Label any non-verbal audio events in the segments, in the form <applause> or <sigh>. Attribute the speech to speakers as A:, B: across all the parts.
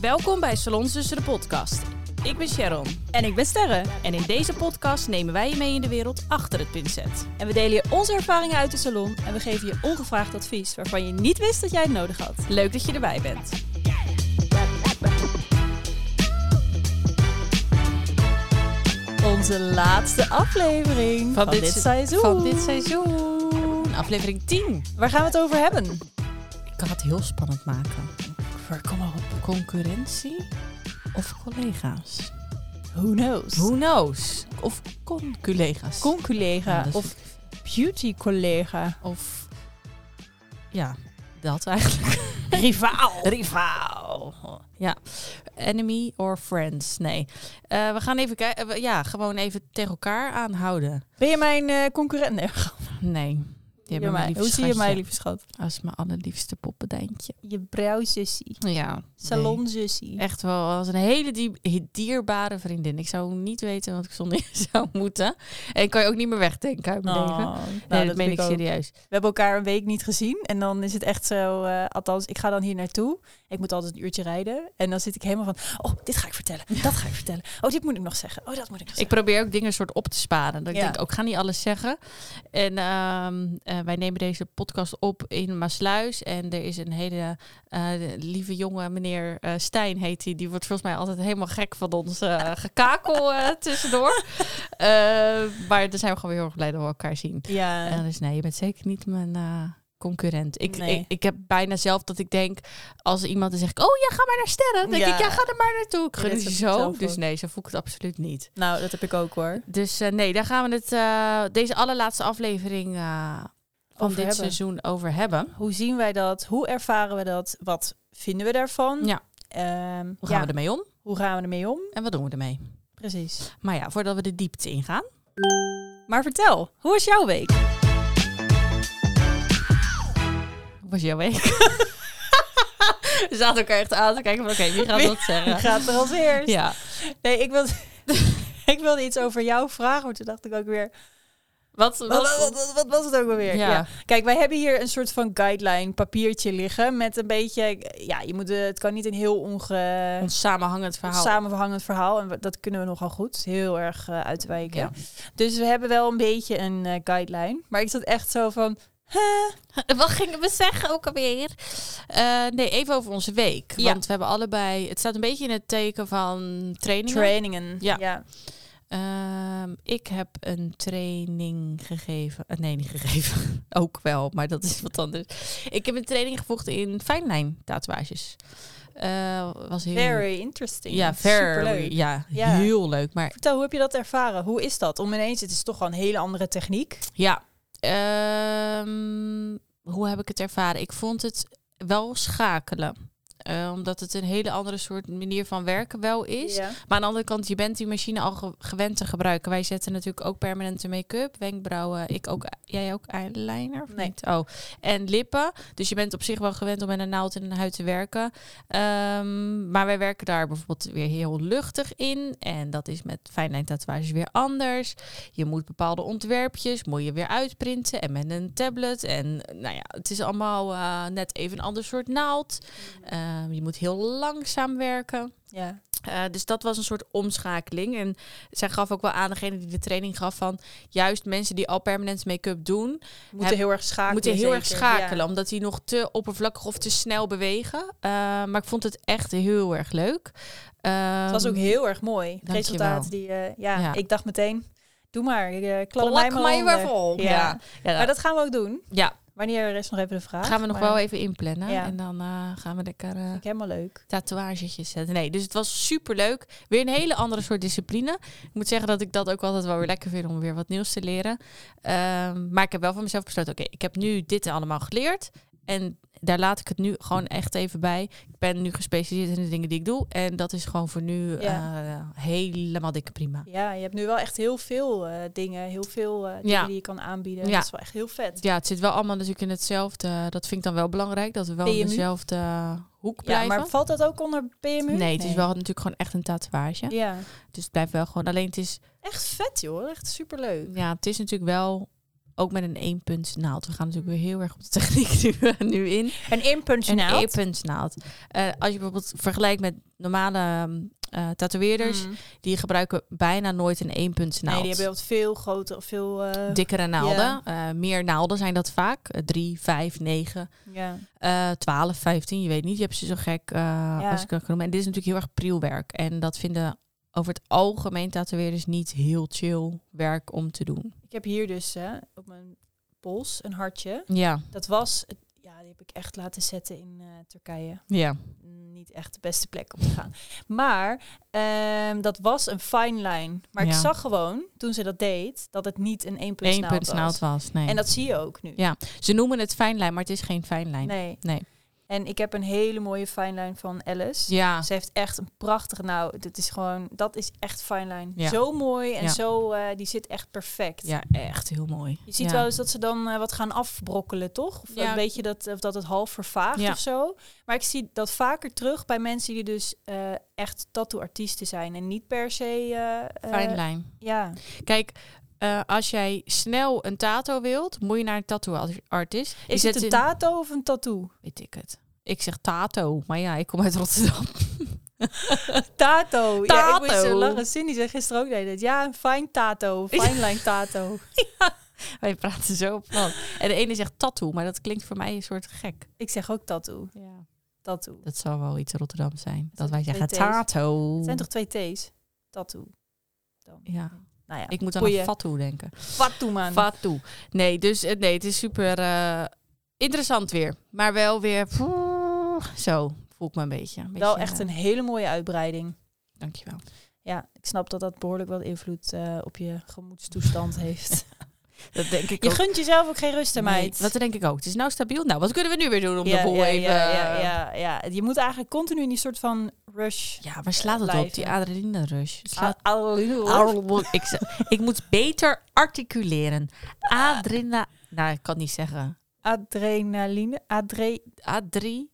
A: Welkom bij Salons Tussen de Podcast. Ik ben Sharon.
B: En ik ben Sterre.
A: En in deze podcast nemen wij je mee in de wereld achter het pincet.
B: En we delen je onze ervaringen uit de salon en we geven je ongevraagd advies waarvan je niet wist dat jij het nodig had.
A: Leuk dat je erbij bent.
B: Onze laatste aflevering van, dit,
A: se-
B: seizoen.
A: Van dit seizoen. Aflevering 10.
B: Waar gaan we het over hebben?
A: Ik kan het heel spannend maken. Kom maar op. Concurrentie of collega's?
B: Who knows?
A: Who knows? Of con-collega's?
B: Con-collega
A: Ja, dat is-
B: of beauty-collega.
A: Of... Ja, dat eigenlijk. <laughs>
B: Rivaal.
A: Rivaal. Ja. Enemy or friends. Nee. Eh, we gaan even kijken. ja, gewoon even tegen elkaar aanhouden.
B: Ben je mijn eh, concurrent? Nee,
A: Nee. Je
B: je
A: hebt
B: mij.
A: mijn
B: Hoe zie je mij, lieve schat?
A: Als mijn allerliefste poppendijntje.
B: Je bruisussie.
A: Ja.
B: Salonsussie.
A: Echt wel als een hele die- dierbare vriendin. Ik zou niet weten wat ik zonder <laughs> je zou moeten. En ik kan je ook niet meer wegdenken uit mijn
B: Oh,
A: leven.
B: nou,
A: Nee, dat
B: vind
A: meen ik
B: ook.
A: serieus.
B: We hebben elkaar een week niet gezien. En dan is het echt zo, eh, althans, ik ga dan hier naartoe. Ik moet altijd een uurtje rijden. En dan zit ik helemaal van, oh, dit ga ik vertellen. Dat ga ik vertellen. Oh, dit moet ik nog zeggen. Oh, dat moet ik nog
A: Ik
B: zeggen.
A: probeer ook dingen soort op te sparen. Dat ik
B: Ja.
A: denk, ook ga niet alles zeggen. En ehm, eh, wij nemen deze podcast op in Maasluis. En er is een hele eh, lieve jonge meneer eh, Stijn heet hij. Die, wordt volgens mij altijd helemaal gek van ons
B: <laughs>
A: eh, gekakel eh, tussendoor. Eh, maar daar zijn we gewoon weer heel erg blij dat we elkaar zien.
B: Ja,
A: Eh, dus nee, je bent zeker niet mijn eh, concurrent. Ik,
B: Nee.
A: ik, ik heb bijna zelf dat ik denk, als iemand dan zegt, oh ja, ga maar naar sterren. Dan denk
B: Ja.
A: ik, ja, ga er maar naartoe. Ik
B: Je
A: gun
B: bent
A: het je
B: zo
A: zo.
B: zelf
A: Dus
B: ook.
A: nee, zo voel ik het absoluut niet.
B: nou, dat heb ik ook hoor.
A: Dus eh, nee, daar gaan we het, eh, deze allerlaatste aflevering eh, van dit
B: Over hebben.
A: seizoen over hebben.
B: Hoe zien wij dat? Hoe ervaren we dat? Wat vinden we daarvan?
A: Ja.
B: Ehm,
A: Hoe
B: ja,
A: gaan we ermee om
B: hoe gaan we ermee om?
A: en wat doen we ermee?
B: Precies.
A: Maar ja, voordat we de diepte ingaan.
B: Maar vertel, hoe was jouw week?
A: Hoe was jouw
B: <laughs>
A: week? we zaten elkaar echt aan te kijken van, oké, wie gaat
B: Wie-
A: dat zeggen?
B: Gaat er als eerst?
A: Ja,
B: Nee, ik wilde, <laughs> ik wilde iets over jou vragen, maar toen dacht ik ook weer...
A: wat,
B: Wat, wat, wat- wat was het ook alweer?
A: Ja.
B: Kijk, wij hebben hier een soort van guideline papiertje liggen met een beetje... Ja, je moet, eh, het kan niet een heel onge...
A: ons samenhangend verhaal.
B: samenhangend verhaal. En we- dat kunnen we nogal goed. Heel erg eh, uitwijken.
A: Ja.
B: Dus we hebben wel een beetje een eh, guideline. Maar ik zat echt zo van...
A: <laughs> Wat gingen we zeggen ook alweer? Eh, nee, even over onze week.
B: Ja.
A: Want we hebben allebei... Het staat een beetje in het teken van trainingen.
B: Trainingen.
A: Ja.
B: ja.
A: Ehm, ik heb een training gegeven. eh, nee, niet gegeven. <laughs> ook wel, maar dat is wat anders. Ik heb een training gevoegd in fijnlijn tatoeages. Eh, was heel...
B: Very interesting.
A: Ja, very.
B: Superleuk.
A: Ja,
B: Ja.
A: heel leuk. Maar
B: Vertel, hoe heb je dat ervaren? Hoe is dat? Om ineens, het is toch wel een hele andere techniek.
A: Ja. Ehm, hoe heb ik het ervaren? Ik vond het wel schakelen. Eh, omdat het een hele andere soort manier van werken wel is.
B: Ja.
A: Maar aan de andere kant, je bent die machine al ge- gewend te gebruiken. Wij zetten natuurlijk ook permanente make-up, wenkbrauwen. Ik ook, jij ook eyeliner? Of
B: Nee.
A: niet? Oh. En lippen. Dus je bent op zich wel gewend om met een naald in een huid te werken. Ehm, maar wij werken daar bijvoorbeeld weer heel luchtig in. En dat is met fijnlijn tatoeages weer anders. Je moet bepaalde ontwerpjes, moet je weer uitprinten. En met een tablet. En eh, nou ja, het is allemaal eh, net even een ander soort naald. Ehm, je moet heel langzaam werken.
B: ja.
A: Eh, dus dat was een soort omschakeling. En zij gaf ook wel aan, degene die de training gaf, van juist mensen die al permanent make-up doen,
B: Moeten heel erg schakelen.
A: moeten heel erg
B: zeker. Ja.
A: schakelen. Omdat die nog te oppervlakkig of te snel bewegen. Eh, maar ik vond het echt heel erg leuk. Ehm,
B: Het was ook heel erg mooi. Het
A: Um, dankjewel.
B: resultaat die, eh, ja,
A: Ja.
B: ik dacht meteen, doe maar, eh klap mij
A: Plak
B: maar
A: mij
B: onder.
A: weer vol.
B: Ja.
A: Ja, ja.
B: Maar dat gaan we ook doen.
A: ja,
B: Wanneer is nog even de vraag.
A: gaan we nog
B: maar
A: wel even inplannen.
B: Ja.
A: En dan eh, gaan we lekker eh,
B: vind ik Helemaal leuk.
A: tatoeagetjes zetten. Nee, dus het was super leuk. Weer een hele andere soort discipline. Ik moet zeggen dat ik dat ook altijd wel weer lekker vind om weer wat nieuws te leren. Ehm, maar ik heb wel van mezelf besloten: oké, ik heb nu dit allemaal geleerd. En daar laat ik het nu gewoon echt even bij. Ik ben nu gespecialiseerd in de dingen die ik doe. En dat is gewoon voor nu
B: Ja.
A: eh, helemaal dikke prima.
B: Ja, je hebt nu wel echt heel veel eh, dingen, heel veel eh, dingen
A: Ja.
B: die je kan aanbieden.
A: Ja.
B: Dat is wel echt heel vet.
A: Ja, het zit wel allemaal natuurlijk in hetzelfde. Dat vind ik dan wel belangrijk. Dat we wel in
B: PMU?
A: dezelfde eh, hoek
B: Ja,
A: blijven.
B: maar valt dat ook onder PMU?
A: nee, het is wel natuurlijk gewoon echt een tatoeage.
B: Ja.
A: Dus het blijft wel gewoon. Alleen het is
B: Echt vet joh, echt superleuk.
A: Ja, het is natuurlijk wel Ook met een eenpuntsnaald. We gaan natuurlijk
B: Mm.
A: weer heel erg op de techniek <laughs> nu, nu in.
B: Een inpuntsnaald.
A: Een eenpuntsnaald. Eh, als je bijvoorbeeld vergelijkt met normale ehm, eh, tatoeëerders,
B: Mm.
A: die gebruiken bijna nooit een eenpuntsnaald.
B: Nee, die hebben wat veel groter of veel... eh,
A: Dikkere naalden.
B: Ja.
A: Eh, meer naalden zijn dat vaak. Eh, drie, vijf, negen,
B: ja.
A: eh, twaalf, vijftien. Je weet niet, je hebt ze zo gek eh, als ik dat kan noemen. En dit is natuurlijk heel erg prielwerk. En dat vinden over het algemeen tatoeëerders niet heel chill werk om te doen.
B: Ik heb hier dus hè, op mijn pols een hartje.
A: Ja,
B: Dat was... het- ja, die heb ik echt laten zetten in eh, Turkije.
A: ja.
B: Niet echt de beste plek om te gaan. Maar ehm, dat was een fine line. Maar ik
A: Ja.
B: zag gewoon, toen ze dat deed, dat het niet een
A: Eén
B: eenpuntsnaald
A: punt
B: was.
A: naald was. Nee.
B: En dat zie je ook nu.
A: Ja. Ze noemen het fijnlijn, maar het is geen fijnlijn.
B: Nee.
A: Nee.
B: En ik heb een hele mooie fine line van Alice.
A: Ja,
B: Ze heeft echt een prachtige... Nou, dat is gewoon... Dat is echt fine line.
A: Ja.
B: Zo mooi en
A: Ja.
B: zo... eh, die zit echt perfect.
A: ja, echt heel mooi.
B: Je ziet
A: ja.
B: wel eens dat ze dan eh, wat gaan afbrokkelen, toch? Of eh,
A: Ja.
B: een beetje dat, of dat het half vervaagt
A: Ja.
B: of zo. Maar ik zie dat vaker terug bij mensen die dus eh, echt tattoo-artiesten zijn. En niet per se... eh, eh,
A: Fijnlijn.
B: ja.
A: Kijk, eh, als jij snel een tato wilt, moet je naar een tattoo-artist. Die
B: Is
A: zet
B: het een
A: in-
B: tato of een tattoo?
A: Weet ik het. Ik zeg tato, maar ja, ik kom uit Rotterdam. <laughs>
B: Tato. Ja, ik moest
A: Tato.
B: zo lachen. Cindy zei gisteren ook dat. Ja, een
A: <laughs>
B: fijn tato. Fine line tato.
A: Wij praten zo plat. En de ene zegt tattoo, maar dat klinkt voor mij een soort gek.
B: Ik zeg ook tattoo.
A: Ja.
B: Tattoo.
A: Dat zal wel iets Rotterdam zijn. Dat wij
B: zijn
A: zeggen
B: twee T's.
A: tato.
B: Het zijn toch twee T's? Tattoo. Dan.
A: Ja.
B: Nou ja.
A: Ik moet aan
B: Goeie.
A: een tattoo denken.
B: Fatou man.
A: Fatou. Nee, dus eh, nee, het is super eh, interessant weer. Maar wel weer... Zo voel ik me een beetje. Een
B: Wel
A: beetje,
B: echt
A: eh,
B: een hele mooie uitbreiding.
A: Dankjewel.
B: Ja, ik snap dat dat behoorlijk wat invloed eh, op je
A: <laughs>
B: gemoedstoestand heeft.
A: Dat denk ik
B: Je
A: ook.
B: gunt jezelf ook geen rust, hè, meid.
A: Nee, dat denk ik ook. Het is nou stabiel. Nou, wat kunnen we nu weer doen om
B: ja,
A: de boel
B: ja,
A: even... eh,
B: Ja, ja, ja, ja. Je moet eigenlijk continu in die soort van rush...
A: Ja, waar slaat het op?
B: Lijven.
A: Die adrenaline rush. Slaat...
B: Slaat...
A: <laughs> Ik, ze- ik moet beter articuleren. Adrena... Nou, ik kan het niet zeggen.
B: Adrenaline. Adre...
A: Adri...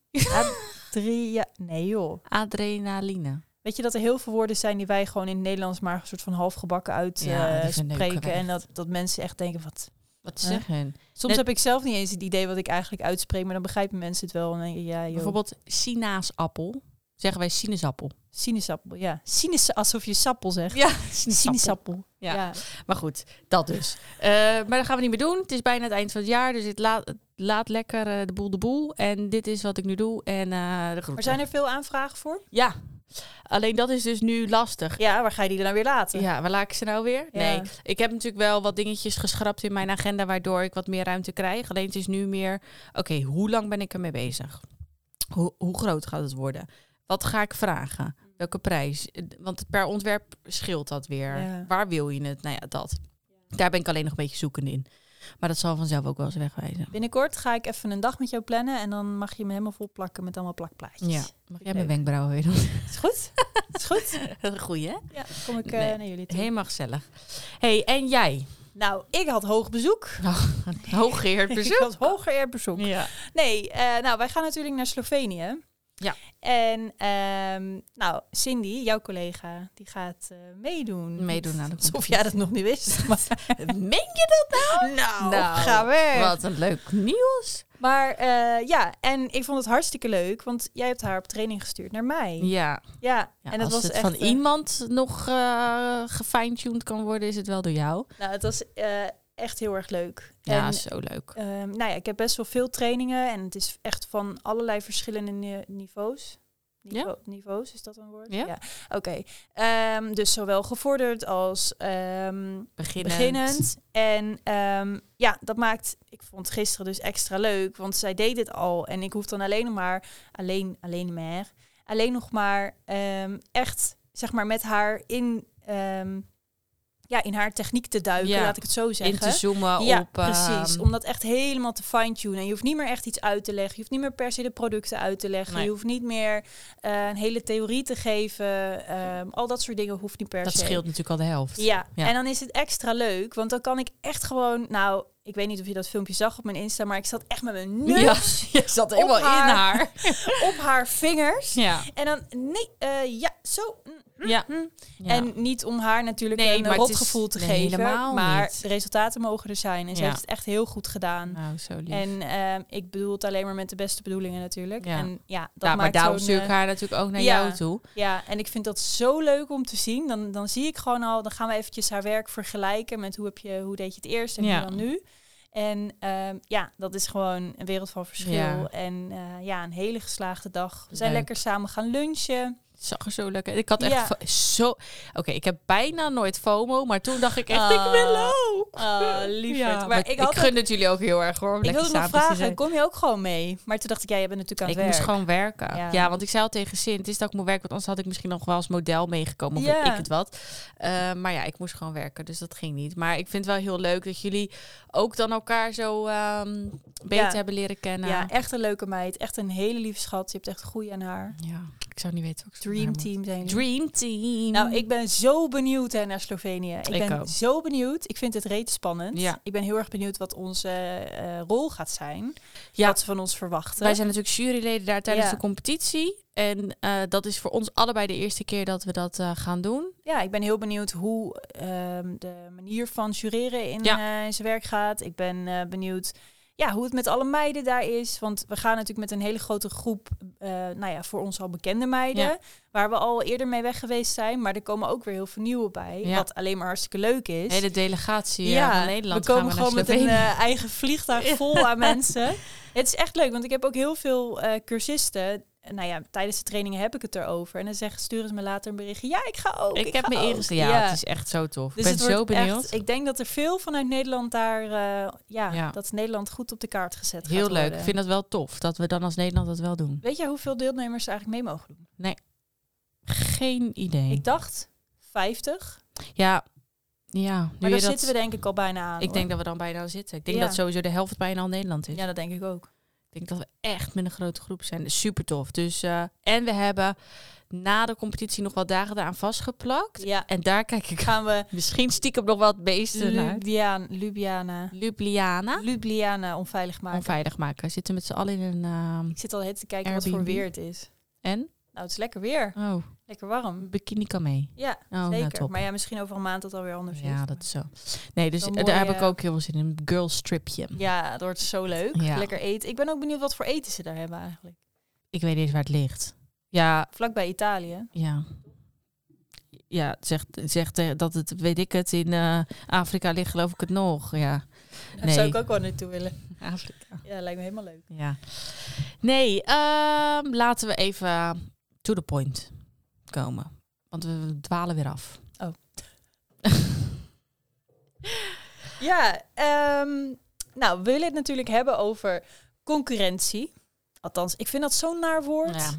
B: Adria... Nee, joh.
A: Adrenaline.
B: Weet je dat er heel veel woorden zijn die wij gewoon in het Nederlands maar een soort van halfgebakken
A: Ja, die
B: uitspreken.
A: verneuken we
B: eh, spreken en
A: echt.
B: dat, dat mensen echt denken, wat...
A: Wat
B: Huh?
A: zeggen? Net-
B: Soms heb ik zelf niet eens het idee wat ik eigenlijk uitspreek, maar dan begrijpen mensen het wel. En dan denk je, ja, joh.
A: Bijvoorbeeld sinaasappel. Zeggen wij sinaasappel.
B: Sinaasappel, ja. Sinaasappel, alsof je sappel zegt.
A: <laughs> Ja,
B: Sinaasappel.
A: Ja. Maar goed, dat dus. Eh, maar dat gaan we niet meer doen. Het is bijna het eind van het jaar, dus het laat, het laat lekker eh, de boel de boel. En dit is wat ik nu doe. En eh, de groeten.
B: Maar zijn er veel aanvragen voor?
A: Ja, alleen dat is dus nu lastig.
B: Ja, waar ga je die dan weer laten?
A: Ja, waar laat ik ze nou weer?
B: Ja.
A: Nee, ik heb natuurlijk wel wat dingetjes geschrapt in mijn agenda, waardoor ik wat meer ruimte krijg. Alleen het is nu meer, oké, hoe lang ben ik ermee bezig? Hoe, hoe groot gaat het worden? Wat ga ik vragen? Welke prijs? Eh, Want per ontwerp scheelt dat weer.
B: Ja.
A: Waar wil je het? Nou ja, dat. Daar ben ik alleen nog een beetje zoekend in. Maar dat zal vanzelf ook wel eens wegwijzen.
B: Binnenkort ga ik even een dag met jou plannen en dan mag je me helemaal vol plakken met allemaal plakplaatjes.
A: Ja. Mag jij mijn
B: Leuk.
A: wenkbrauwen weer doen?
B: <laughs> Is goed? Is goed?
A: Goeie, hè?
B: Ja, kom ik eh,
A: Nee.
B: naar jullie toe.
A: Helemaal gezellig. hey, en jij?
B: Nou, ik had hoog bezoek.
A: Hooggeëerd
B: <laughs> Ik
A: bezoek.
B: had hooggeëerd bezoek. <laughs>
A: Ja.
B: Nee, eh, nou, wij gaan natuurlijk naar Slovenië.
A: Ja.
B: En ehm, nou, Cindy, jouw collega, die gaat eh, meedoen.
A: Meedoen aan de
B: Alsof jij dat nog niet wist. <laughs> Maar
A: Meen je dat nou?
B: nou, ga weg.
A: Wat een leuk nieuws.
B: Maar eh, ja, en ik vond het hartstikke leuk, want jij hebt haar op training gestuurd naar mij. Ja,
A: Ja, ja,
B: en
A: als
B: dat was
A: het
B: echt.
A: van
B: eh,
A: iemand nog eh gefine-tuned kan worden, is het wel door jou.
B: nou, het was eh, echt heel erg leuk.
A: Ja,
B: en,
A: zo leuk.
B: ehm, nou ja, ik heb best wel veel trainingen en het is echt van allerlei verschillende ni- niveaus. Niveau- Niveaus, is dat een woord?
A: Ja.
B: Oké. Ehm, dus zowel gevorderd als ehm,
A: Beginnend.
B: beginnend. En ehm, ja, dat maakt, ik vond gisteren dus extra leuk, want zij deed het al. En ik hoef dan alleen nog maar, alleen, alleen maar, alleen nog maar ehm, echt, zeg maar, met haar in, ehm, ja, in haar techniek te duiken,
A: Ja,
B: laat ik het zo
A: In te
B: zeggen.
A: zoomen
B: ja,
A: op... ehm,
B: precies. Om dat echt helemaal te fine-tunen. Je hoeft niet meer echt iets uit te leggen. Je hoeft niet meer per se de producten uit te leggen.
A: Nee.
B: Je hoeft niet meer eh, een hele theorie te geven. Ehm, al dat soort dingen hoeft niet per
A: dat
B: se.
A: scheelt natuurlijk al de helft.
B: Ja.
A: Ja.
B: en dan is het extra leuk, want dan kan ik echt gewoon, nou, ik weet niet of je dat filmpje zag op mijn Insta, maar ik zat echt met mijn neus
A: <laughs> Ja, je zat helemaal in
B: haar.
A: haar.
B: op haar vingers. <laughs>
A: Ja.
B: En dan, nee, eh, ja, zo. mm, mm.
A: Ja. Ja.
B: En niet om haar natuurlijk
A: Nee,
B: een
A: maar het
B: rot
A: is-
B: gevoel te
A: nee,
B: geven.
A: helemaal
B: Maar
A: niet.
B: de resultaten mogen er zijn. En ze
A: Ja.
B: heeft het echt heel goed gedaan.
A: nou, zo lief.
B: En ehm, ik bedoel het alleen maar met de beste bedoelingen natuurlijk.
A: Ja.
B: En ja, dat
A: ja, Nou, maar
B: maakt
A: daarom
B: zo'n,
A: stuur ik
B: eh,
A: haar natuurlijk ook naar
B: ja.
A: jou toe.
B: Ja, en ik vind dat zo leuk om te zien. Dan, dan zie ik gewoon al, dan gaan we eventjes haar werk vergelijken met hoe, heb je, hoe deed je het eerst en
A: Ja.
B: hoe dan nu. En ehm, ja, dat is gewoon een wereld van verschil.
A: Ja.
B: En eh, ja, een hele geslaagde dag. We zijn
A: Leuk.
B: lekker samen gaan lunchen.
A: Het zag er zo lekker. Ik had echt
B: Ja.
A: fa- zo. Oké, ik heb bijna nooit FOMO, maar toen dacht ik echt, ik wil
B: Ah,
A: ook.
B: Oh, lieverd.
A: Ja,
B: maar,
A: maar
B: ik, had
A: gun het jullie ook heel erg hoor. om
B: ook, ik
A: lekker
B: wilde nog
A: samen te
B: vragen,
A: zijn.
B: kom je ook gewoon mee? Maar toen dacht ik, ja, je bent natuurlijk aan
A: Ik
B: het
A: moest
B: werk.
A: gewoon werken.
B: Ja.
A: Ja. want ik zei al tegen Sint, het is dat ik moet werken, want anders had ik misschien nog wel als model meegekomen of
B: Ja.
A: weet ik het wat. Eh, maar ja, ik moest gewoon werken, dus dat ging niet. Maar ik vind het wel heel leuk dat jullie ook dan elkaar zo ehm, beter
B: Ja.
A: hebben leren kennen.
B: Ja, echt een leuke meid. Echt een hele lieve schat. Je hebt echt goed aan haar.
A: Ja, ik zou niet weten hoe ik zonder haar
B: Dream
A: moet.
B: team zijn jullie.
A: Dream Team.
B: Nou, ik ben zo benieuwd hè, naar Slovenië. Ik,
A: Mm. Ik
B: ben
A: ook.
B: zo benieuwd. Ik vind het reet spannend.
A: Ja.
B: Ik ben heel erg benieuwd wat onze eh, rol gaat zijn.
A: Ja.
B: Wat ze van ons verwachten.
A: Wij zijn natuurlijk juryleden daar tijdens
B: Ja.
A: de competitie. En eh, dat is voor ons allebei de eerste keer dat we dat eh, gaan doen.
B: Ja, ik ben heel benieuwd hoe ehm, de manier van jureren in,
A: Ja.
B: eh, in zijn werk gaat. Ik ben eh, benieuwd ja, hoe het met alle meiden daar is. Want we gaan natuurlijk met een hele grote groep, eh, nou ja, voor ons al bekende meiden.
A: Ja.
B: Waar we al eerder mee weg geweest zijn. Maar er komen ook weer heel veel nieuwe bij.
A: Ja.
B: Wat alleen maar hartstikke leuk is.
A: De hele delegatie eh, van Nederland
B: we komen
A: gaan we naar
B: gewoon met een
A: Slovenië.
B: eh, eigen
A: <laughs>
B: vliegtuig vol aan mensen. Het is echt leuk, want ik heb ook heel veel eh, cursisten. Eh, Nou ja, tijdens de trainingen heb ik het erover. En dan zeggen sturen ze me later een berichtje. Ja, ik ga ook.
A: ik, heb
B: ga
A: me
B: ook."
A: eerste. Ja, het is echt zo tof.
B: oh, Dus
A: ik
B: het
A: ben zo
B: wordt echt-
A: benieuwd.
B: ik denk dat er veel vanuit Nederland daar... eh, ja,
A: Ja.
B: dat Nederland goed op de kaart gezet
A: Heel
B: gaat
A: leuk. Ik
B: worden.
A: vind dat wel tof dat we dan als Nederland dat wel doen.
B: Weet jij hoeveel deelnemers er eigenlijk mee mogen doen?
A: Geen idee.
B: Ik dacht 50.
A: ja, ja. Nu
B: Maar
A: je
B: daar
A: dat,
B: zitten we denk ik al bijna aan.
A: ik
B: hoor.
A: denk dat we dan bijna zitten. Ik denk
B: Ja.
A: dat sowieso de helft bijna al Nederland is.
B: Ja, dat denk ik ook.
A: Ik denk dat we echt met een grote groep zijn. Super tof. Dus, eh, en we hebben na de competitie nog wat dagen daaraan vastgeplakt.
B: Ja,
A: En daar kijk ik <laughs>
B: gaan we...
A: misschien stiekem nog wel het meeste naar.
B: Ljubljana. Ljubljana.
A: Ljubljana.
B: Ljubljana onveilig maken.
A: Onveilig maken. Zitten met z'n allen in een... ehm,
B: Ik zit al het te kijken wat voor
A: Airbnb.
B: weer het is.
A: en?
B: Nou, het is lekker weer.
A: Oh,
B: Lekker warm.
A: bikini kan mee.
B: Ja,
A: nou,
B: zeker.
A: top.
B: maar ja, misschien over een maand dat het alweer anders is.
A: Ja, dat is zo. Nee, dus
B: Zo'n
A: daar
B: mooie-
A: heb ik ook heel veel zin in. Een girls tripje.
B: Ja, dat wordt zo leuk.
A: Ja.
B: Lekker eten. Ik ben ook benieuwd wat voor eten ze daar hebben eigenlijk.
A: Ik weet niet eens waar het ligt. Ja,
B: Vlakbij Italië.
A: ja. Ja, zegt, zegt eh, dat het, weet ik het, in eh, Afrika ligt geloof ik het nog. Ja,
B: Daar
A: Nee.
B: zou ik ook wel naartoe willen.
A: Afrika.
B: Ja, lijkt me helemaal leuk.
A: Ja. Nee, ehm, laten we even to the point komen. Want we dwalen weer af. <laughs>
B: Ja, ehm, nou, we willen het natuurlijk hebben over concurrentie. Althans, ik vind dat zo'n naar woord.
A: Ja.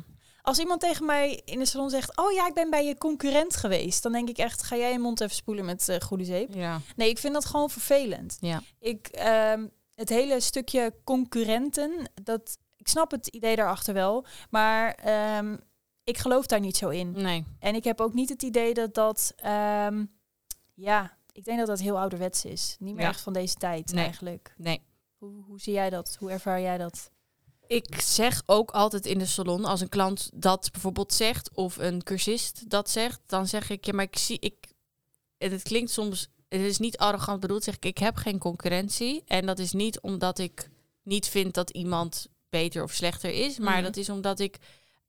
B: Als iemand tegen mij in de salon zegt... oh ja, ik ben bij je concurrent geweest... dan denk ik echt, ga jij je mond even spoelen met eh, goede zeep?
A: Ja.
B: Nee, ik vind dat gewoon vervelend.
A: Ja.
B: Ik, ehm, het hele stukje concurrenten, dat, ik snap het idee daarachter wel, maar ehm, ik geloof daar niet zo in.
A: Nee.
B: En ik heb ook niet het idee dat dat, ehm, ja, ik denk dat dat heel ouderwets is. Niet meer
A: Ja.
B: echt van deze tijd
A: Nee.
B: eigenlijk.
A: Nee.
B: Hoe, hoe zie jij dat? Hoe ervaar jij dat?
A: Ik zeg ook altijd in de salon, als een klant dat bijvoorbeeld zegt, of een cursist dat zegt, dan zeg ik, ja, maar ik zie, ik, en het klinkt soms, het is niet arrogant bedoeld, zeg ik, ik heb geen concurrentie. En dat is niet omdat ik niet vind dat iemand beter of slechter is, maar
B: Mhm.
A: dat is omdat ik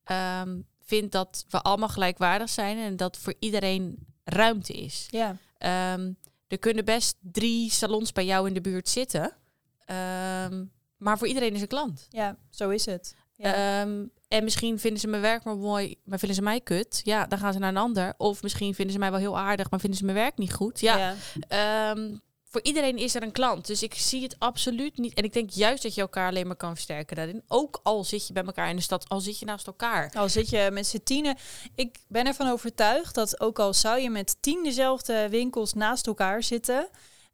A: ehm, vind dat we allemaal gelijkwaardig zijn en dat voor iedereen ruimte is.
B: Ja,
A: Ehm, er kunnen best drie salons bij jou in de buurt zitten, ehm, maar voor iedereen is een klant.
B: ja zo is het. Ja.
A: Ehm, en misschien vinden ze mijn werk maar mooi, maar vinden ze mij kut. Ja, dan gaan ze naar een ander. Of misschien vinden ze mij wel heel aardig, maar vinden ze mijn werk niet goed. Ja, ehm, voor iedereen is er een klant. Dus ik zie het absoluut niet. En ik denk juist dat je elkaar alleen maar kan versterken daarin. Ook al zit je bij elkaar in de stad, al zit je naast elkaar.
B: Al Nou, zit je met z'n tienen. Ik ben ervan overtuigd dat ook al zou je met tien dezelfde winkels naast elkaar zitten.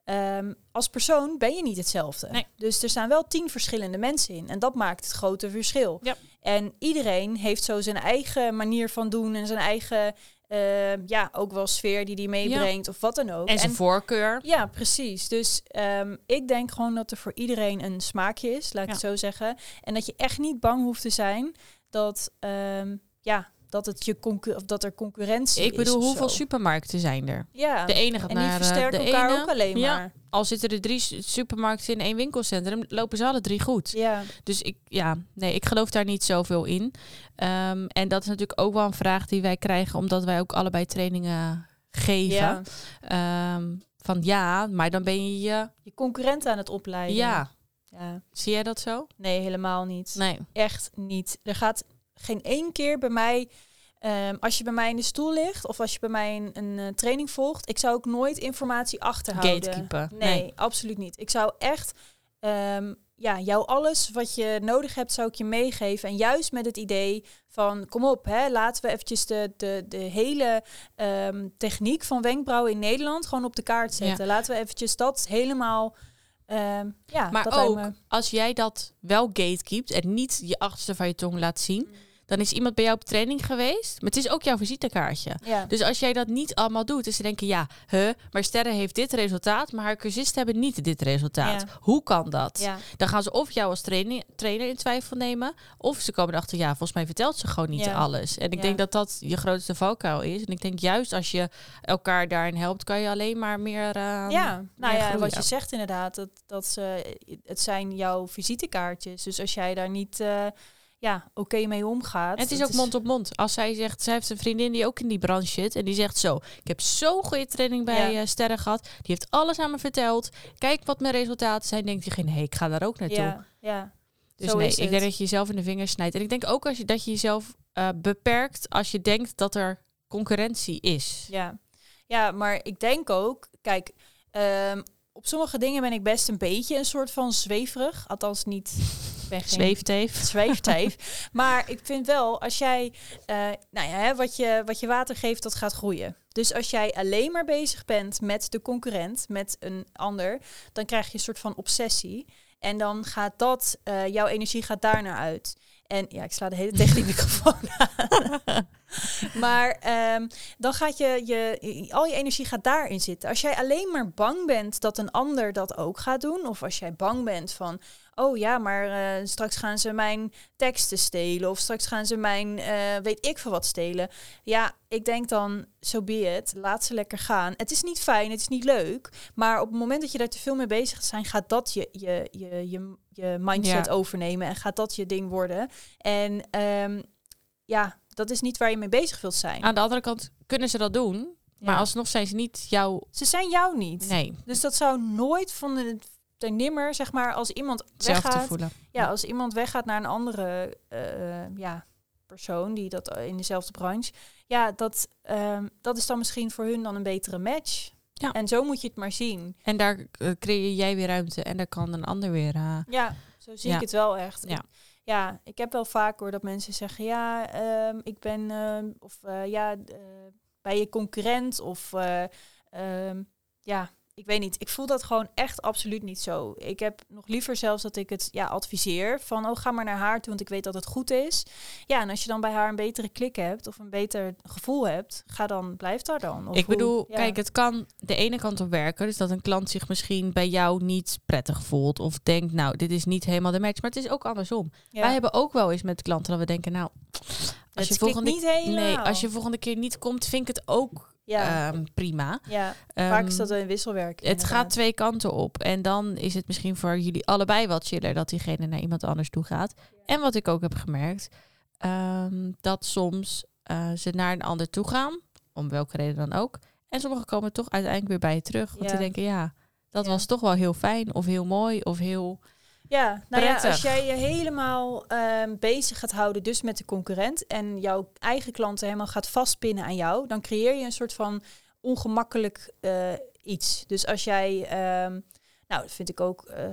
B: ehm, als persoon ben je niet hetzelfde.
A: Nee.
B: Dus er staan wel tien verschillende mensen in. En dat maakt het grote verschil.
A: Ja.
B: En iedereen heeft zo zijn eigen manier van doen. En zijn eigen, ehm, ja, ook wel sfeer die die meebrengt. Of wat dan ook.
A: En zijn voorkeur.
B: Ja, precies. Dus ehm, ik denk gewoon dat er voor iedereen een smaakje is, laat ik
A: Ja.
B: het zo zeggen. En dat je echt niet bang hoeft te zijn dat, ehm, ja, dat, het je concur- of dat er concurrentie is.
A: Ik bedoel,
B: of
A: hoeveel
B: zo.
A: supermarkten zijn er?
B: Ja,
A: De ene gaat
B: en die
A: naar eh,
B: versterken
A: de
B: elkaar
A: ene.
B: ook alleen
A: Ja.
B: maar.
A: Al zitten er drie su- supermarkten in één winkelcentrum, lopen ze alle drie goed.
B: Ja,
A: Dus ik, ja, nee, ik geloof daar niet zoveel in. Ehm, en dat is natuurlijk ook wel een vraag die wij krijgen, omdat wij ook allebei trainingen geven.
B: ja.
A: Ehm, van ja, maar dan ben je je.
B: Je concurrent aan het opleiden.
A: Ja,
B: ja.
A: zie jij dat zo?
B: Nee, helemaal niet.
A: Nee.
B: Echt niet. Er gaat geen één keer bij mij. ehm, als je bij mij in de stoel ligt of als je bij mij een, een, eh, training volgt, ik zou ook nooit informatie achterhouden.
A: Gatekeeper.
B: Nee, absoluut niet. Ik zou echt ehm, ja, jou alles wat je nodig hebt, zou ik je meegeven. En juist met het idee van kom op, hè, laten we eventjes de, de, de hele ehm, techniek van wenkbrauwen in Nederland gewoon op de kaart zetten. Laten we eventjes dat helemaal. ehm, ja,
A: Maar
B: dat lijkt
A: ook,
B: me-
A: Als jij dat wel gatekeept en niet je achterste van je tong laat zien,
B: Mm.
A: dan is iemand bij jou op training geweest. Maar het is ook jouw visitekaartje.
B: ja.
A: Dus als jij dat niet allemaal doet, is ze denken, ja, huh, maar Sterren heeft dit resultaat, maar haar cursisten hebben niet dit resultaat.
B: Ja.
A: Hoe kan dat?
B: ja.
A: Dan gaan ze of jou als trainer, trainer in twijfel nemen, of ze komen erachter, ja, volgens mij vertelt ze gewoon niet
B: Ja.
A: alles. En ik
B: Ja.
A: denk dat dat je grootste valkuil is. En ik denk juist als je elkaar daarin helpt, kan je alleen maar meer... eh,
B: Ja,
A: meer
B: nou ja, en wat
A: groeien.
B: je zegt inderdaad, dat, dat ze, het zijn jouw visitekaartjes. Dus als jij daar niet eh, ja, oké mee omgaat.
A: En het is
B: dat
A: ook mond op mond. Als zij zegt, zij heeft een vriendin die ook in die branche zit. En die zegt zo, ik heb zo'n goede training bij
B: Ja.
A: eh, Sterren gehad. Die heeft alles aan me verteld. Kijk wat mijn resultaten zijn. Denkt diegene, hé, ik ga daar ook naartoe.
B: ja, ja,
A: Dus
B: Zo
A: nee,
B: is
A: ik
B: het.
A: denk dat je jezelf in de vingers snijdt. En ik denk ook als je, dat je jezelf eh, beperkt als je denkt dat er concurrentie is.
B: ja. Ja, maar ik denk ook, kijk, ehm, op sommige dingen ben ik best een beetje een soort van zweverig.
A: <laughs>
B: Althans niet, ik ben geen
A: Zweefteef. <laughs>
B: zweefteef. maar ik vind wel, als jij, eh, nou ja, hè, wat, je, wat je water geeft, dat gaat groeien. Dus als jij alleen maar bezig bent met de concurrent, met een ander, dan krijg je een soort van obsessie. En dan gaat dat, eh, jouw energie gaat daar naar uit. En ja, ik sla de hele
A: <laughs>
B: tijd tegen die microfoon aan. <laughs> maar ehm, dan gaat je, je, al je energie gaat daarin zitten. Als jij alleen maar bang bent dat een ander dat ook gaat doen, of als jij bang bent van, oh ja, maar eh, straks gaan ze mijn teksten stelen, of straks gaan ze mijn, eh, weet ik veel wat stelen. Ja, ik denk dan, so be it, laat ze lekker gaan. Het is niet fijn, het is niet leuk, maar op het moment dat je daar te veel mee bezig gaat zijn, gaat dat je, je, je, je, je mindset
A: Ja.
B: overnemen en gaat dat je ding worden. En ehm, ja, dat is niet waar je mee bezig wilt zijn.
A: Aan de andere kant kunnen ze dat doen. Ah, Maar
B: Ja.
A: alsnog zijn ze niet jouw...
B: Ze zijn jou niet.
A: Nee,
B: Dus dat zou nooit van de, de nimmer, zeg maar, als iemand
A: zelf te
B: weggaat.
A: voelen.
B: Ja, als iemand weggaat naar een andere eh, ja, persoon die dat in dezelfde branche. Ja, dat, ehm, dat is dan misschien voor hun dan een betere match.
A: Ja.
B: En zo moet je het maar zien.
A: En daar eh, creëer jij weer ruimte. En daar kan een ander weer... eh,
B: Ja, zo zie
A: Ja.
B: ik het wel echt.
A: Ja.
B: Ik- ja, ik heb wel vaak hoor dat mensen zeggen, ja, ehm, ik ben ehm, of eh, ja, eh, bij je concurrent of eh, ehm, ja, ik weet niet. Ik voel dat gewoon echt absoluut niet zo. Ik heb nog liever zelfs dat ik het ja adviseer van, oh ga maar naar haar toe, want ik weet dat het goed is. Ja, en als je dan bij haar een betere klik hebt of een beter gevoel hebt, ga dan, blijf daar dan. Of
A: Ik
B: hoe-
A: bedoel,
B: ja.
A: kijk, het kan de ene kant op werken. Dus dat een klant zich misschien bij jou niet prettig voelt. Of denkt, nou, dit is niet helemaal de match. Maar het is ook andersom.
B: Ja.
A: Wij hebben ook wel eens met klanten dat we denken, nou, als
B: Het
A: je
B: klikt
A: volgende
B: niet helemaal.
A: Nee, als je volgende keer niet komt, vind ik het ook
B: ja,
A: ehm, prima.
B: ja,
A: Ehm,
B: vaak is dat een
A: het
B: wisselwerking.
A: gaat
B: inderdaad.
A: twee kanten op. En dan is het misschien voor jullie allebei wat chiller dat diegene naar iemand anders toe gaat. En wat ik ook heb gemerkt, ehm, dat soms eh, ze naar een ander toe gaan, om welke reden dan ook. En sommigen komen toch uiteindelijk weer bij je terug. Want
B: Ja.
A: die denken, ja, dat
B: Ja.
A: was toch wel heel fijn of heel mooi of
B: <laughs>
A: heel...
B: Ja, nou ja, als
A: Prettig.
B: jij je helemaal ehm, bezig gaat houden dus met de concurrent en jouw eigen klanten helemaal gaat vastpinnen aan jou, dan creëer je een soort van ongemakkelijk eh, iets. Dus als jij, ehm, nou dat vind ik ook, eh,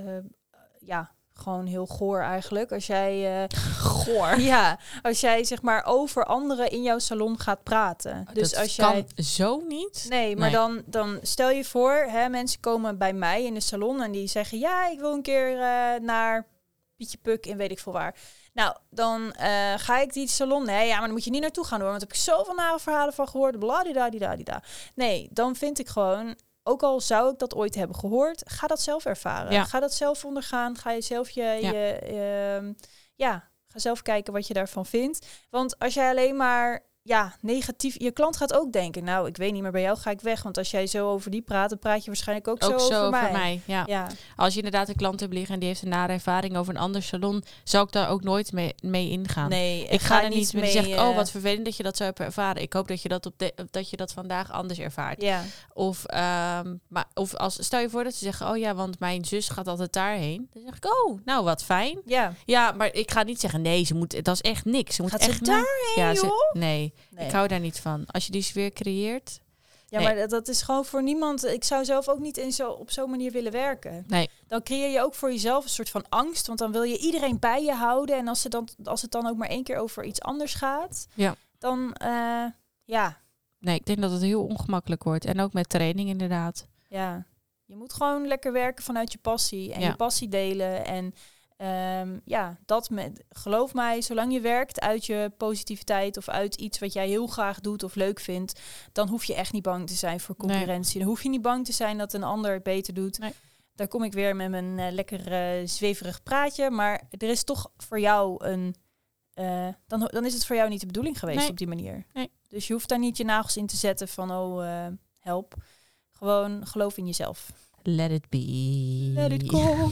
B: ja, gewoon heel goor eigenlijk. Als
A: <laughs>
B: jij, eh,
A: Goor.
B: ja, als jij zeg maar over anderen in jouw salon gaat praten. Dus
A: Oh, dat
B: als jij,
A: kan zo niet.
B: Nee, maar
A: Nee.
B: Dan, dan stel je voor, hè, mensen komen bij mij in de salon en die zeggen: Ja, ik wil een keer eh, naar Pietje Puk en weet ik veel waar. Nou, dan eh, ga ik die salon. Nee, ja, maar dan moet je niet naartoe gaan hoor, want daar heb ik zoveel nare verhalen van gehoord. Bladidadidadida. Nee, dan vind ik gewoon. Ook al zou ik dat ooit hebben gehoord, ga dat zelf ervaren.
A: Ja.
B: Ga dat zelf ondergaan. Ga jezelf je,
A: Ja.
B: je ehm, ja, ga zelf kijken wat je daarvan vindt. Want als jij alleen maar ja, negatief. Je klant gaat ook denken, nou, ik weet niet, maar bij jou ga ik weg. Want als jij zo over die praat, dan praat je waarschijnlijk ook,
A: Ook
B: zo, over, mij.
A: ja.
B: Ja,
A: Als je inderdaad een klant hebt liggen en die heeft een nare ervaring over een ander salon, zou ik daar ook nooit mee, mee ingaan.
B: nee,
A: Ik ga er niet mee. Die zegt,
B: eh,
A: oh wat vervelend dat je dat zo hebt ervaren. Ik hoop dat je dat, op de, dat, je dat vandaag anders ervaart.
B: Ja,
A: Of, ehm, maar, of als, stel je voor dat ze zeggen, oh ja, want mijn zus gaat altijd daarheen. Dan zeg ik, oh, nou wat fijn.
B: ja.
A: Ja, maar ik ga niet zeggen, nee, ze moet, dat is echt niks. Ze moet
B: Gaat ze
A: echt naar-
B: daarheen,
A: Ja, ze-
B: joh?
A: nee,
B: Nee.
A: ik hou daar niet van. Als je die sfeer creëert,
B: Ja,
A: Nee.
B: maar dat- dat is gewoon voor niemand. Ik zou zelf ook niet in zo, op zo'n manier willen werken.
A: Nee.
B: Dan creëer je ook voor jezelf een soort van angst. Want dan wil je iedereen bij je houden. En als, ze dan, als het dan ook maar één keer over iets anders gaat,
A: Ja.
B: dan eh, ja,
A: nee, ik denk dat het heel ongemakkelijk wordt. En ook met training inderdaad.
B: ja. Je moet gewoon lekker werken vanuit je passie. En
A: Ja.
B: je passie delen. En ehm, ja, dat met, geloof mij, zolang je werkt uit je positiviteit of uit iets wat jij heel graag doet of leuk vindt, dan hoef je echt niet bang te zijn voor
A: Nee.
B: concurrentie. Dan hoef je niet bang te zijn dat een ander het beter doet.
A: Nee.
B: Daar kom ik weer met mijn eh, lekker eh, zweverig praatje. Maar er is toch voor jou een. eh, dan, ho- dan is het voor jou niet de bedoeling geweest
A: Nee.
B: op die manier.
A: Nee.
B: Dus je hoeft daar niet je nagels in te zetten van oh eh, help. Gewoon geloof in jezelf.
A: Let it be.
B: Let it go.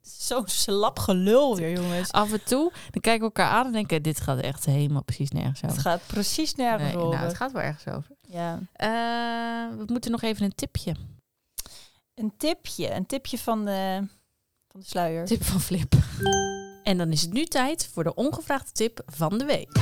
B: Zo'n slap gelul <laughs> weer,
A: <laughs>
B: jongens.
A: Af en toe, dan kijken we elkaar aan en denken, dit gaat echt helemaal precies nergens
B: Het
A: over.
B: gaat precies nergens
A: Nee, nou,
B: over.
A: het gaat wel ergens over.
B: Ja.
A: Eh, we moeten nog even een tipje.
B: Een tipje, een tipje van de, van de sluier.
A: Tip van Flip. En dan is het nu tijd voor de ongevraagde tip van de week.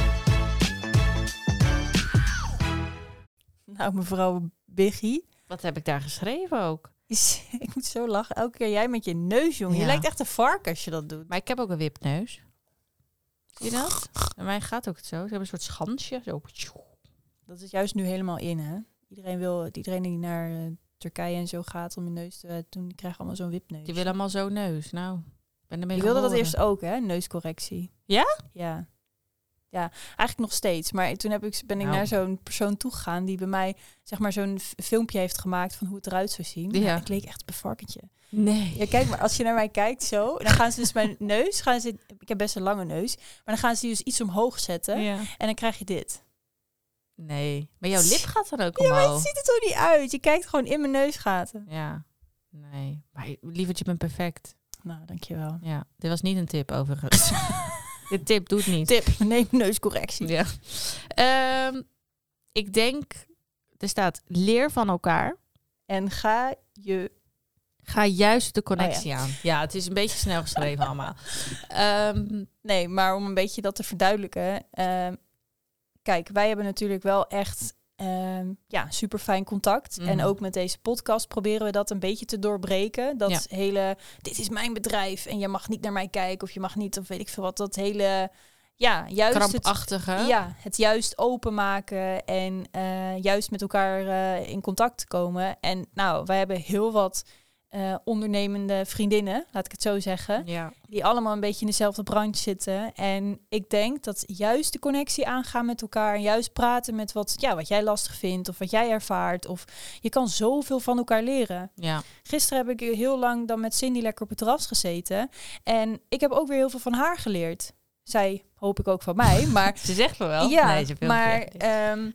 B: Nou, mevrouw Biggie. <laughs>
A: Wat heb ik daar geschreven ook?
B: Is- ik moet zo lachen. Elke keer jij met je neus, jongen.
A: Ja.
B: Je lijkt echt een vark als je dat doet.
A: Maar ik heb ook een wipneus. Zie je dat? En mij gaat ook zo. Ze hebben een soort schansje. Zo.
B: Dat is juist nu helemaal in, hè? Iedereen wil, iedereen die naar eh, Turkije en zo gaat om je neus te doen, die krijgt allemaal zo'n wipneus.
A: Die willen allemaal zo'n neus. Nou, ik ben ermee
B: Ik wilde dat
A: geboren.
B: eerst ook, hè? Neuscorrectie.
A: Ja?
B: Ja. Ja, eigenlijk nog steeds. Maar toen heb ik, ben ik
A: Nou.
B: naar zo'n persoon toegegaan die bij mij, zeg maar, zo'n f- filmpje heeft gemaakt van hoe het eruit zou zien.
A: Ja.
B: Nou, ik leek echt op een varkentje.
A: Nee.
B: Ja, kijk maar, als je naar mij kijkt zo, dan gaan ze dus
A: <laughs>
B: mijn neus, gaan ze, ik heb best een lange neus, maar dan gaan ze die dus iets omhoog zetten
A: Ja.
B: en dan krijg je dit.
A: Nee. Maar jouw lip gaat dan ook
B: Ja, maar
A: omhoog.
B: het ziet er toch niet uit? Je kijkt gewoon in mijn neusgaten.
A: Ja. Nee. Maar lieverd, je bent perfect.
B: Nou, dankjewel.
A: Ja. Dit was niet een tip
B: <laughs>
A: overigens. De tip doet niet.
B: Tip, <laughs> neem neuscorrectie.
A: Ja. Ehm, ik denk, er staat leer van elkaar.
B: En ga je...
A: Ga juist de connectie
B: Oh
A: aan. Ja, het is een beetje snel geschreven allemaal. Ehm,
B: Nee, maar om een beetje dat te verduidelijken. ehm, kijk, wij hebben natuurlijk wel echt ehm, ja, super fijn contact.
A: Mhm.
B: En ook met deze podcast proberen we dat een beetje te doorbreken. Dat
A: Ja.
B: hele, dit is mijn bedrijf en je mag niet naar mij kijken of je mag niet, of weet ik veel wat. Dat hele, ja, juist het
A: krampachtige.
B: Ja, het juist openmaken en eh, juist met elkaar eh, in contact te komen. En nou, wij hebben heel wat eh, ondernemende vriendinnen, laat ik het zo zeggen.
A: Ja.
B: Die allemaal een beetje in dezelfde branche zitten. En ik denk dat juist de connectie aangaan met elkaar. En juist praten met wat, ja, wat jij lastig vindt of wat jij ervaart. Of je kan zoveel van elkaar leren.
A: ja.
B: Gisteren heb ik heel lang dan met Cindy lekker op het terras gezeten. En ik heb ook weer heel veel van haar geleerd. Zij hoop ik ook van mij. Maar
A: Ze zegt wel wel.
B: ja,
A: Nee, ze filmt
B: maar
A: echt niet.
B: ehm,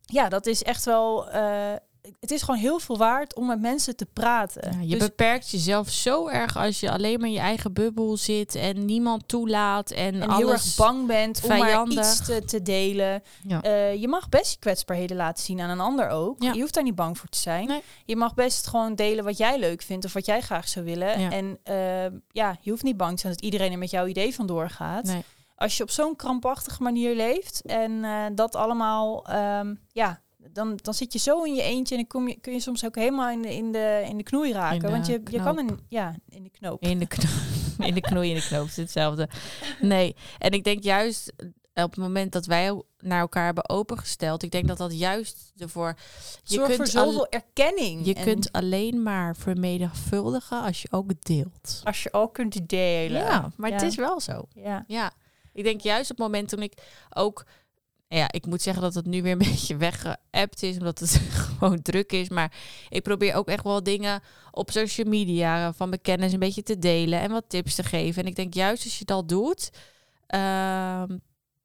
B: ja, dat is echt wel. eh, het is gewoon heel veel waard om met mensen te praten.
A: Ja, je
B: Dus-
A: beperkt jezelf zo erg als je alleen maar in je eigen bubbel zit en niemand toelaat en,
B: en
A: alles
B: heel erg bang bent om maar
A: vijandig.
B: iets te, te delen.
A: Ja.
B: Eh, je mag best je kwetsbaarheden laten zien aan een ander ook.
A: Ja.
B: Je hoeft daar niet bang voor te zijn.
A: Nee.
B: Je mag best gewoon delen wat jij leuk vindt of wat jij graag zou willen.
A: Ja.
B: En eh, ja, je hoeft niet bang te zijn dat iedereen er met jouw idee vandoor gaat.
A: Nee.
B: Als je op zo'n krampachtige manier leeft en eh, dat allemaal, ehm, ja, dan, dan zit je zo in je eentje en dan kom je, kun je soms ook helemaal in de, in de, in de knoei raken.
A: In de
B: want je, je
A: knoop.
B: kan een, ja, in de
A: <laughs>
B: knoop.
A: In de, kno- in de knoei en de knoop is hetzelfde. Nee, en ik denk juist eh, op het moment dat wij naar elkaar hebben opengesteld, ik denk dat dat juist ervoor. Je
B: Zorg voor
A: al-
B: zoveel erkenning.
A: je
B: en
A: kunt alleen maar vermenigvuldigen als je ook deelt.
B: als je ook kunt delen.
A: Ja, maar het
B: Ja.
A: is wel zo.
B: ja.
A: Ja, ik denk juist op het moment toen ik ook. nou Ja, ik moet zeggen dat het nu weer een <laughs> beetje weggeëpt is, omdat het <laughs> gewoon druk is. Maar ik probeer ook echt wel dingen op social media van mijn kennis een beetje te delen en wat tips te geven. En ik denk juist als je dat doet, ehm,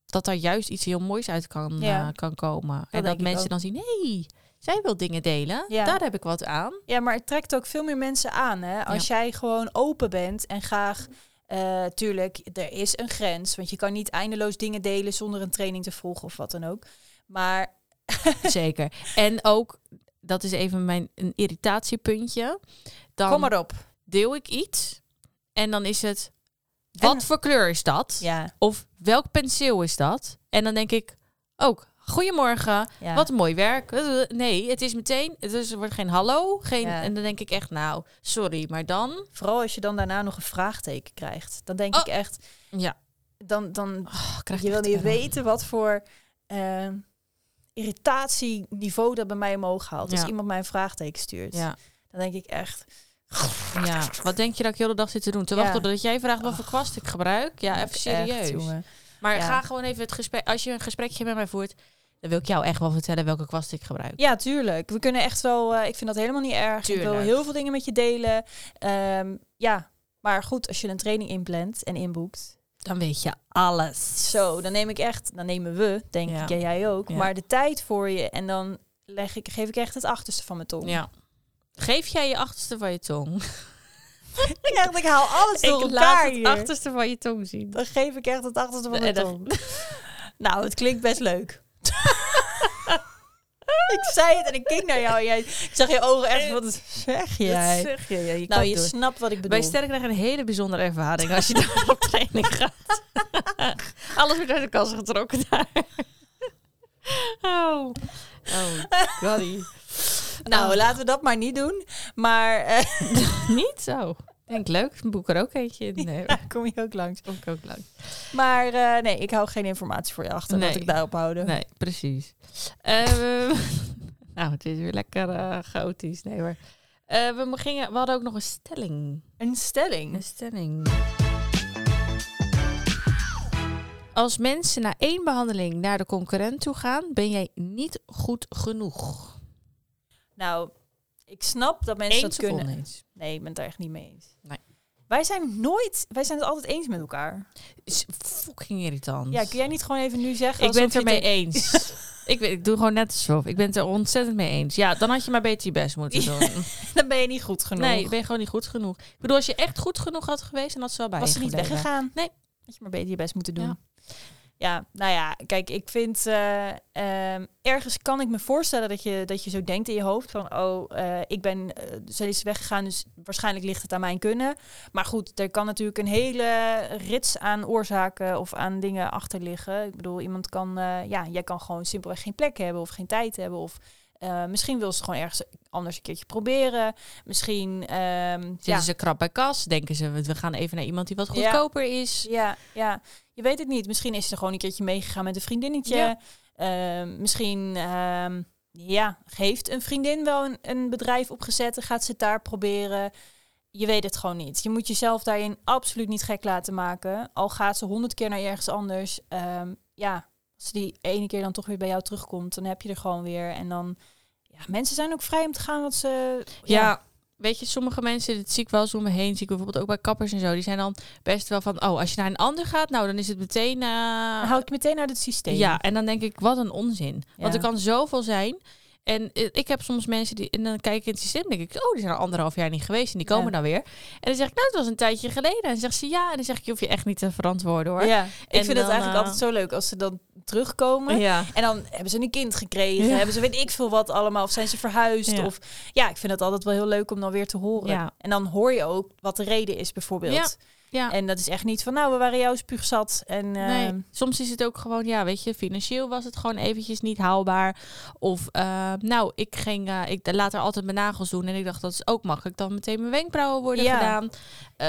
A: dat daar juist iets heel moois uit kan,
B: Ja.
A: eh, kan komen. en
B: denk
A: dat
B: ik
A: mensen
B: ook.
A: dan zien, hé, zij wil dingen delen.
B: Ja.
A: Daar heb ik wat aan. <laughs>
B: Ja, maar het trekt ook veel meer mensen aan. Hè? Als jij gewoon open bent en graag. eh, tuurlijk, er is een grens. Want je kan niet eindeloos dingen delen zonder een training te volgen of wat dan ook. Maar
A: Zeker. En ook, dat is even mijn een irritatiepuntje. Dan
B: kom maar op.
A: deel ik iets en dan is het, wat
B: En-
A: voor kleur is dat?
B: Ja,
A: Of welk penseel is dat? En dan denk ik ook, goedemorgen,
B: ja.
A: wat mooi werk. Nee, het is meteen, dus er wordt geen hallo. Geen,
B: Ja. Oh,
A: En dan denk ik echt, nou, sorry, maar dan...
B: vooral als je dan daarna nog een vraagteken krijgt. Dan denk
A: Oh.
B: ik echt,
A: Ja,
B: dan, dan
A: oh, krijg
B: je
A: ik
B: wil
A: echt
B: niet
A: error.
B: weten wat voor eh, irritatieniveau dat bij mij omhoog haalt.
A: Ja.
B: Als iemand mij een vraagteken stuurt,
A: Ja,
B: dan denk ik echt,
A: ja, wat denk je dat ik de hele dag zit te doen? Te
B: Ja. Oh.
A: wachten totdat jij vraagt wat voor kwast ik gebruik? Ja, even
B: echt,
A: serieus.
B: jongen.
A: maar
B: Ja.
A: ga gewoon even het gesprek... Als je een gesprekje met mij voert, dan wil ik jou echt wel vertellen welke kwast ik gebruik.
B: Ja, tuurlijk. We kunnen echt wel. eh, ik vind dat helemaal niet erg. Ik
A: Tuurlijk.
B: wil heel veel dingen met je delen. Ehm, ja, maar goed, als je een training inplant en inboekt.
A: Dan weet je alles.
B: Zo, dan neem ik echt. Dan nemen we, denk
A: Ja.
B: ik, en jij ook.
A: Ja.
B: Maar de tijd voor je. En dan leg ik, geef ik echt het achterste van mijn tong.
A: Ja. Geef jij je achterste van je tong?
B: <laughs> Ik, echt, ik haal alles door
A: ik <laughs> laat
B: elkaar
A: het
B: hier.
A: achterste van je tong zien.
B: Dan geef ik echt het achterste van
A: En
B: mijn
A: dan-
B: tong. <laughs> nou, het klinkt best leuk. ik zei het en ik keek naar jou. En jij ik zag je ogen echt. Wat zeg jij?
A: <laughs> Eh, Dat zeg je. Ja, je
B: nou,
A: kan
B: je
A: het doen.
B: snapt wat ik bedoel.
A: Bij Sterren krijg je een hele bijzondere ervaring als
B: <laughs>
A: je daar op training gaat. <laughs> Alles wordt uit de kast getrokken daar. <laughs> Oh. Oh, golly.
B: Nou,
A: Oh.
B: laten we dat maar niet doen. Maar eh, <laughs>
A: Niet zo. Ik Denk leuk, boek er ook eentje in.
B: <laughs>
A: Nee,
B: daar kom je ook langs.
A: kom ik ook lang.
B: Maar eh, nee, ik hou geen informatie voor je achter.
A: Nee.
B: Laat ik daarop houden.
A: Nee, precies. Ehm, <laughs> nou, het is weer lekker eh, chaotisch. Nee hoor. Eh, we, gingen, we hadden ook nog een stelling.
B: Een stelling.
A: Een stelling. Als mensen na één behandeling naar de concurrent toe gaan, ben jij niet goed genoeg.
B: Nou, ik snap dat mensen
A: Eén
B: dat kunnen.
A: seconde eens.
B: Nee, ik ben het daar echt niet mee eens.
A: Nee.
B: Wij zijn nooit, wij zijn het altijd eens met elkaar.
A: Is fucking irritant.
B: Ja, kun jij niet gewoon even nu zeggen?
A: ik ben het
B: alsof je
A: ermee eens. <laughs> ik, weet- ik doe gewoon net alsof. Ik ben het er ontzettend mee eens. Ja, dan had je maar beter je best moeten <laughs> doen.
B: tegen- <laughs> Dan ben je niet goed genoeg.
A: nee, ben je gewoon niet goed genoeg. Ik bedoel, als je echt goed genoeg had geweest, dan had ze wel bij
B: was
A: je
B: ze niet
A: gebleven.
B: weggegaan.
A: Nee.
B: Had je maar beter je best moeten doen.
A: Ja.
B: Ja, nou ja, kijk, ik vind eh, ehm, ergens kan ik me voorstellen dat je, dat je zo denkt in je hoofd van, oh, eh, ik ben, eh ze is weggegaan, dus waarschijnlijk ligt het aan mijn kunnen. Maar goed, er kan natuurlijk een hele rits aan oorzaken of aan dingen achter liggen. Ik bedoel, iemand kan, eh, ja, jij kan gewoon simpelweg geen plek hebben of geen tijd hebben of eh, misschien wil ze gewoon ergens anders een keertje proberen. Misschien, ehm,
A: Zitten
B: ja.
A: ze krap bij kas? Denken ze, we gaan even naar iemand die wat
B: Ja.
A: goedkoper is?
B: Ja, ja, je weet het niet. Misschien is ze gewoon een keertje meegegaan met een vriendinnetje.
A: Ja.
B: Ehm, misschien ehm, ja, heeft een vriendin wel een, een bedrijf opgezet en gaat ze het daar proberen. Je weet het gewoon niet. Je moet jezelf daarin absoluut niet gek laten maken. Al gaat ze honderd keer naar ergens anders. Ehm, ja, als ze die ene keer dan toch weer bij jou terugkomt, dan heb je er gewoon weer. En dan, ja, mensen zijn ook vrij om te gaan wat ze...
A: Ja. weet je, sommige mensen, dit zie ik wel eens om me heen, zie ik bijvoorbeeld ook bij kappers en zo, die zijn dan best wel van, oh, als je naar een ander gaat, nou, dan is het meteen... eh,
B: Dan hou ik je meteen uit het systeem.
A: ja, en dan denk ik, wat een onzin. Want
B: Ja.
A: er kan zoveel zijn. En eh, ik heb soms mensen die, en dan kijk ik in het systeem, en denk ik, oh, die zijn al anderhalf jaar niet geweest en die komen
B: Ja.
A: dan weer. En dan zeg ik, nou, het was een tijdje geleden. En dan zegt ze ja, en dan zeg ik, je hoeft je echt niet te verantwoorden hoor.
B: Ja,
A: En
B: ik vind het
A: dan,
B: eigenlijk
A: eh,
B: altijd zo leuk als ze dan terugkomen.
A: ja.
B: En dan hebben ze een kind gekregen,
A: Ja.
B: hebben ze weet ik veel wat allemaal, of zijn ze verhuisd.
A: Ja.
B: Of ja, ik vind het altijd wel heel leuk om dan weer te horen.
A: Ja.
B: En dan hoor je ook wat de reden is, bijvoorbeeld.
A: Ja. Ja.
B: En dat is echt niet van, nou, we waren jouw spuugzat. En
A: Nee,
B: ehm,
A: soms is het ook gewoon, ja, weet je, financieel was het gewoon eventjes niet haalbaar. Of, eh, nou, ik ging, eh, ik laat er altijd mijn nagels doen en ik dacht, dat is ook makkelijk. Dan meteen mijn wenkbrauwen worden
B: Ja.
A: gedaan. Eh,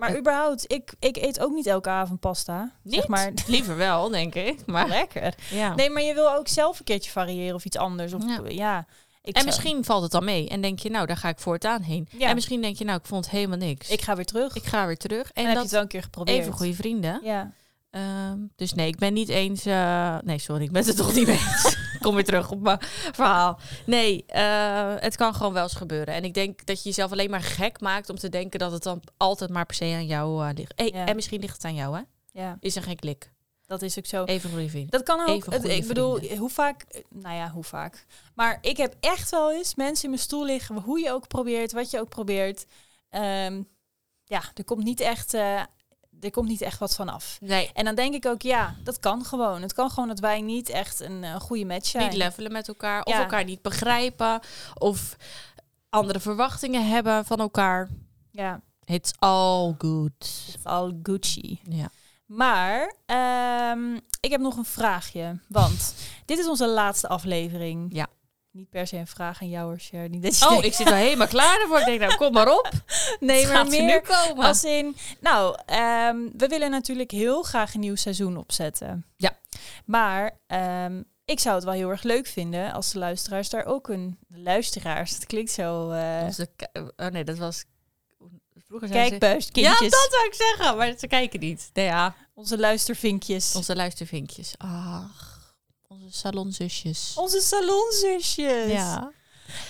B: maar
A: eh,
B: überhaupt, ik, ik eet ook niet elke avond pasta.
A: niet?
B: Zeg maar
A: <laughs>
B: <laughs>
A: Liever wel, denk ik. Maar
B: lekker.
A: ja.
B: Nee, maar je wil ook zelf een keertje variëren of iets anders. Of
A: Ja.
B: ja. ja ik
A: en
B: zou-
A: misschien valt het dan mee en denk je, nou, daar ga ik voortaan heen.
B: Ja.
A: En misschien denk je, nou, ik vond helemaal niks.
B: Ik ga weer terug.
A: Ik ga weer terug. En,
B: en heb je
A: dat
B: het wel een keer geprobeerd.
A: even goede vrienden.
B: Ja.
A: Ehm, dus nee, ik ben niet eens. eh, nee, sorry, ik ben het <laughs> er toch niet mee eens. Ik Kom weer terug op mijn verhaal. Nee, eh, het kan gewoon wel eens gebeuren. En ik denk dat je jezelf alleen maar gek maakt om te denken dat het dan altijd maar per se aan jou eh, ligt. Hey,
B: Ja.
A: En misschien ligt het aan jou, hè?
B: ja.
A: Is er geen klik?
B: Dat is ook zo.
A: Even een review.
B: Dat kan ook.
A: Even
B: Het-
A: goede
B: ik bedoel,
A: vrienden.
B: hoe vaak, nou ja, hoe vaak. Maar ik heb echt wel eens mensen in mijn stoel liggen, hoe je ook probeert, wat je ook probeert. Ehm, ja, er komt niet echt, eh, er komt niet echt wat van af.
A: Nee,
B: En dan denk ik ook, ja, dat kan gewoon. Het kan gewoon dat wij niet echt een eh, goede match zijn.
A: niet levelen met elkaar. Of
B: Ja.
A: elkaar niet begrijpen. Of andere verwachtingen hebben van elkaar.
B: Ja,
A: It's all good.
B: al Gucci. <laughs>
A: Ja.
B: Maar ehm, ik heb nog een vraagje. Want <laughs> dit is onze laatste aflevering.
A: Ja.
B: Niet per se een vraag aan jou, hoor, Cher. Niet dat je
A: Oh,
B: denkt-
A: ik zit al helemaal klaar ervoor. Ik denk, nou, kom maar op.
B: nee, maar
A: Gaat ze nu
B: meer
A: komen?
B: Als in, nou, ehm, we willen natuurlijk heel graag een nieuw seizoen opzetten.
A: Ja.
B: Maar ehm, ik zou het wel heel erg leuk vinden als de luisteraars daar ook een... De luisteraars, het klinkt zo... eh
A: Onze ki- oh nee, dat was... Vroeger zei ze...
B: Kijkbuiskindjes.
A: Ja, dat zou ik zeggen, maar ze kijken niet. Nee, ja.
B: Onze luistervinkjes. Onze,
A: Onze luistervinkjes. Ach, onze salonzusjes.
B: salonzusjes.
A: Ja,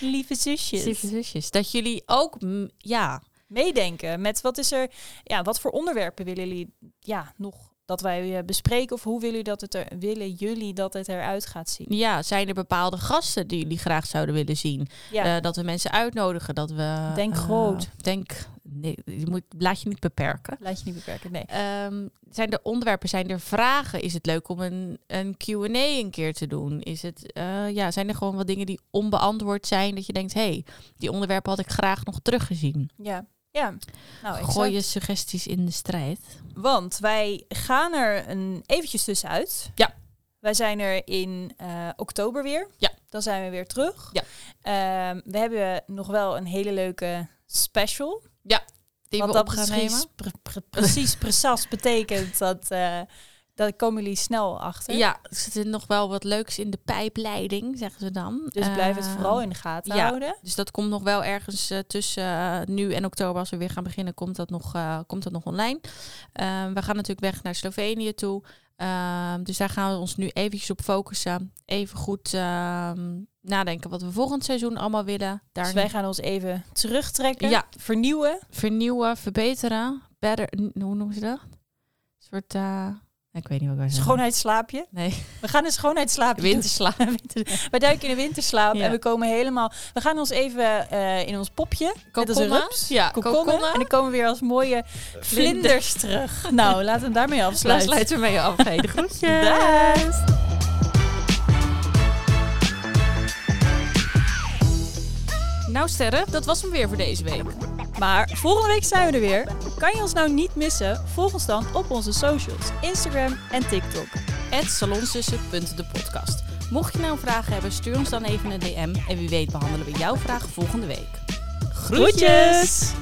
B: Lieve zusjes.
A: lieve zusjes. Dat jullie ook, mm, ja,
B: Meedenken met wat is er... Ja, wat voor onderwerpen willen jullie ja, nog dat wij eh, bespreken? Of hoe willen jullie dat het, er, willen jullie dat het eruit gaat zien?
A: ja, zijn er bepaalde gasten die jullie graag zouden willen zien?
B: Ja.
A: Eh, dat we mensen uitnodigen, dat we...
B: Denk
A: eh,
B: groot.
A: Denk, nee, je moet, laat je niet beperken.
B: Laat je niet beperken, nee.
A: Ehm, zijn er onderwerpen, zijn er vragen? Is het leuk om een, een Q&A een keer te doen? Is het, eh, ja, zijn er gewoon wat dingen die onbeantwoord zijn? Dat je denkt, hé, hey, die onderwerpen had ik graag nog teruggezien.
B: Ja, ja. Nou, exact.
A: Gooi je suggesties in de strijd.
B: Want wij gaan er een eventjes tussenuit.
A: Ja.
B: Wij zijn er in eh, oktober weer.
A: Ja.
B: Dan zijn we weer terug.
A: Ja.
B: Ehm, we hebben nog wel een hele leuke special.
A: Die
B: wat
A: we
B: dat
A: op gaan
B: precies,
A: nemen.
B: pre- pre- <laughs> precies, precies betekent dat... eh daar komen jullie snel achter.
A: Ja, er zit nog wel wat leuks in de pijpleiding, zeggen ze dan.
B: Dus blijf het
A: Eh,
B: vooral in de gaten
A: ja.
B: houden.
A: Dus dat komt nog wel ergens eh, tussen eh, nu en oktober, als we weer gaan beginnen, komt dat nog, eh, komt dat nog online. Ehm, we gaan natuurlijk weg naar Slovenië toe. Ehm, dus daar gaan we ons nu eventjes op focussen. Even goed ehm, nadenken wat we volgend seizoen allemaal willen. Daar
B: Dus wij gaan ons even terugtrekken.
A: Ja.
B: Vernieuwen.
A: vernieuwen, verbeteren. Better, n- hoe noemen ze dat? Een soort, eh, ik weet niet wat ik wou zeggen.
B: Schoonheidsslaapje.
A: Nee,
B: We gaan een schoonheidsslaapje doen.
A: winterslaap.
B: <laughs> Winter- we duiken in de winterslaap
A: Ja.
B: en we komen helemaal. We gaan ons even eh, in ons popje. Net als een
A: Kokonna?
B: rups.
A: Ja,
B: Kokonna.
A: kokonna.
B: En dan komen we weer als mooie vlinders terug. Nou, laten we hem daarmee
A: Daar
B: afsluiten.
A: sluiten we mee af. Hey, <laughs> de groetjes.
B: Daag.
A: Nou sterren, dat was hem weer voor deze week.
B: Maar volgende week zijn we er weer. Kan je ons nou niet missen? Volg ons dan op onze socials: Instagram en TikTok.
A: At salonsussen.depodcast. Mocht je nou een vraag hebben, stuur ons dan even een DM. En wie weet behandelen we jouw vraag volgende week.
B: Groetjes!